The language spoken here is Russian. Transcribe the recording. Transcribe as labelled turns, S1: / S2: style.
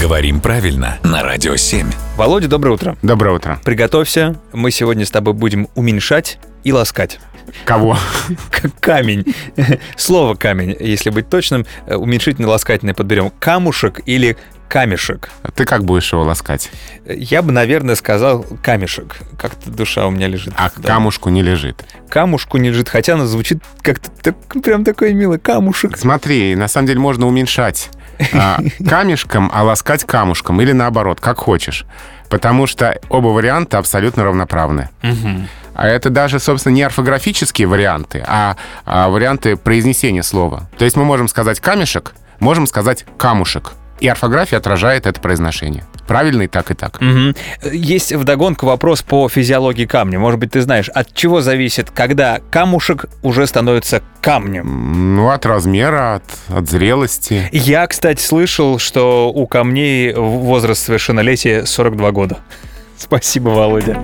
S1: Говорим правильно на Радио 7.
S2: Володя, доброе утро.
S3: Доброе утро.
S2: Приготовься, мы сегодня с тобой будем уменьшать и ласкать.
S3: Кого?
S2: Как камень. Слово камень, если быть точным, э, уменьшительно ласкательное подберем. Камушек или камешек.
S3: Ты как будешь его ласкать?
S2: Э, Я бы, наверное, сказал камешек. Как-то душа у меня лежит.
S3: А к
S2: Да.
S3: камушку не лежит.
S2: Камушку не лежит, хотя оно звучит как-то так- прям такое милое. Камушек.
S3: Смотри, на самом деле можно уменьшать а, камешком, а ласкать камушком. Или наоборот, как хочешь. Потому что оба варианта абсолютно равноправны. А это даже, собственно, не орфографические варианты, а, а варианты произнесения слова. То есть мы можем сказать камешек, можем сказать камушек. И орфография отражает это произношение. Правильно и так, и так.
S2: Мгм. Э, Есть вдогонку вопрос по физиологии камня. Может быть, ты знаешь, от чего зависит, когда камушек уже становится камнем?
S3: М, Ну, от размера, от, от зрелости.
S2: Я, кстати, слышал, что у камней возраст совершеннолетия 42 года. Спасибо, Володя.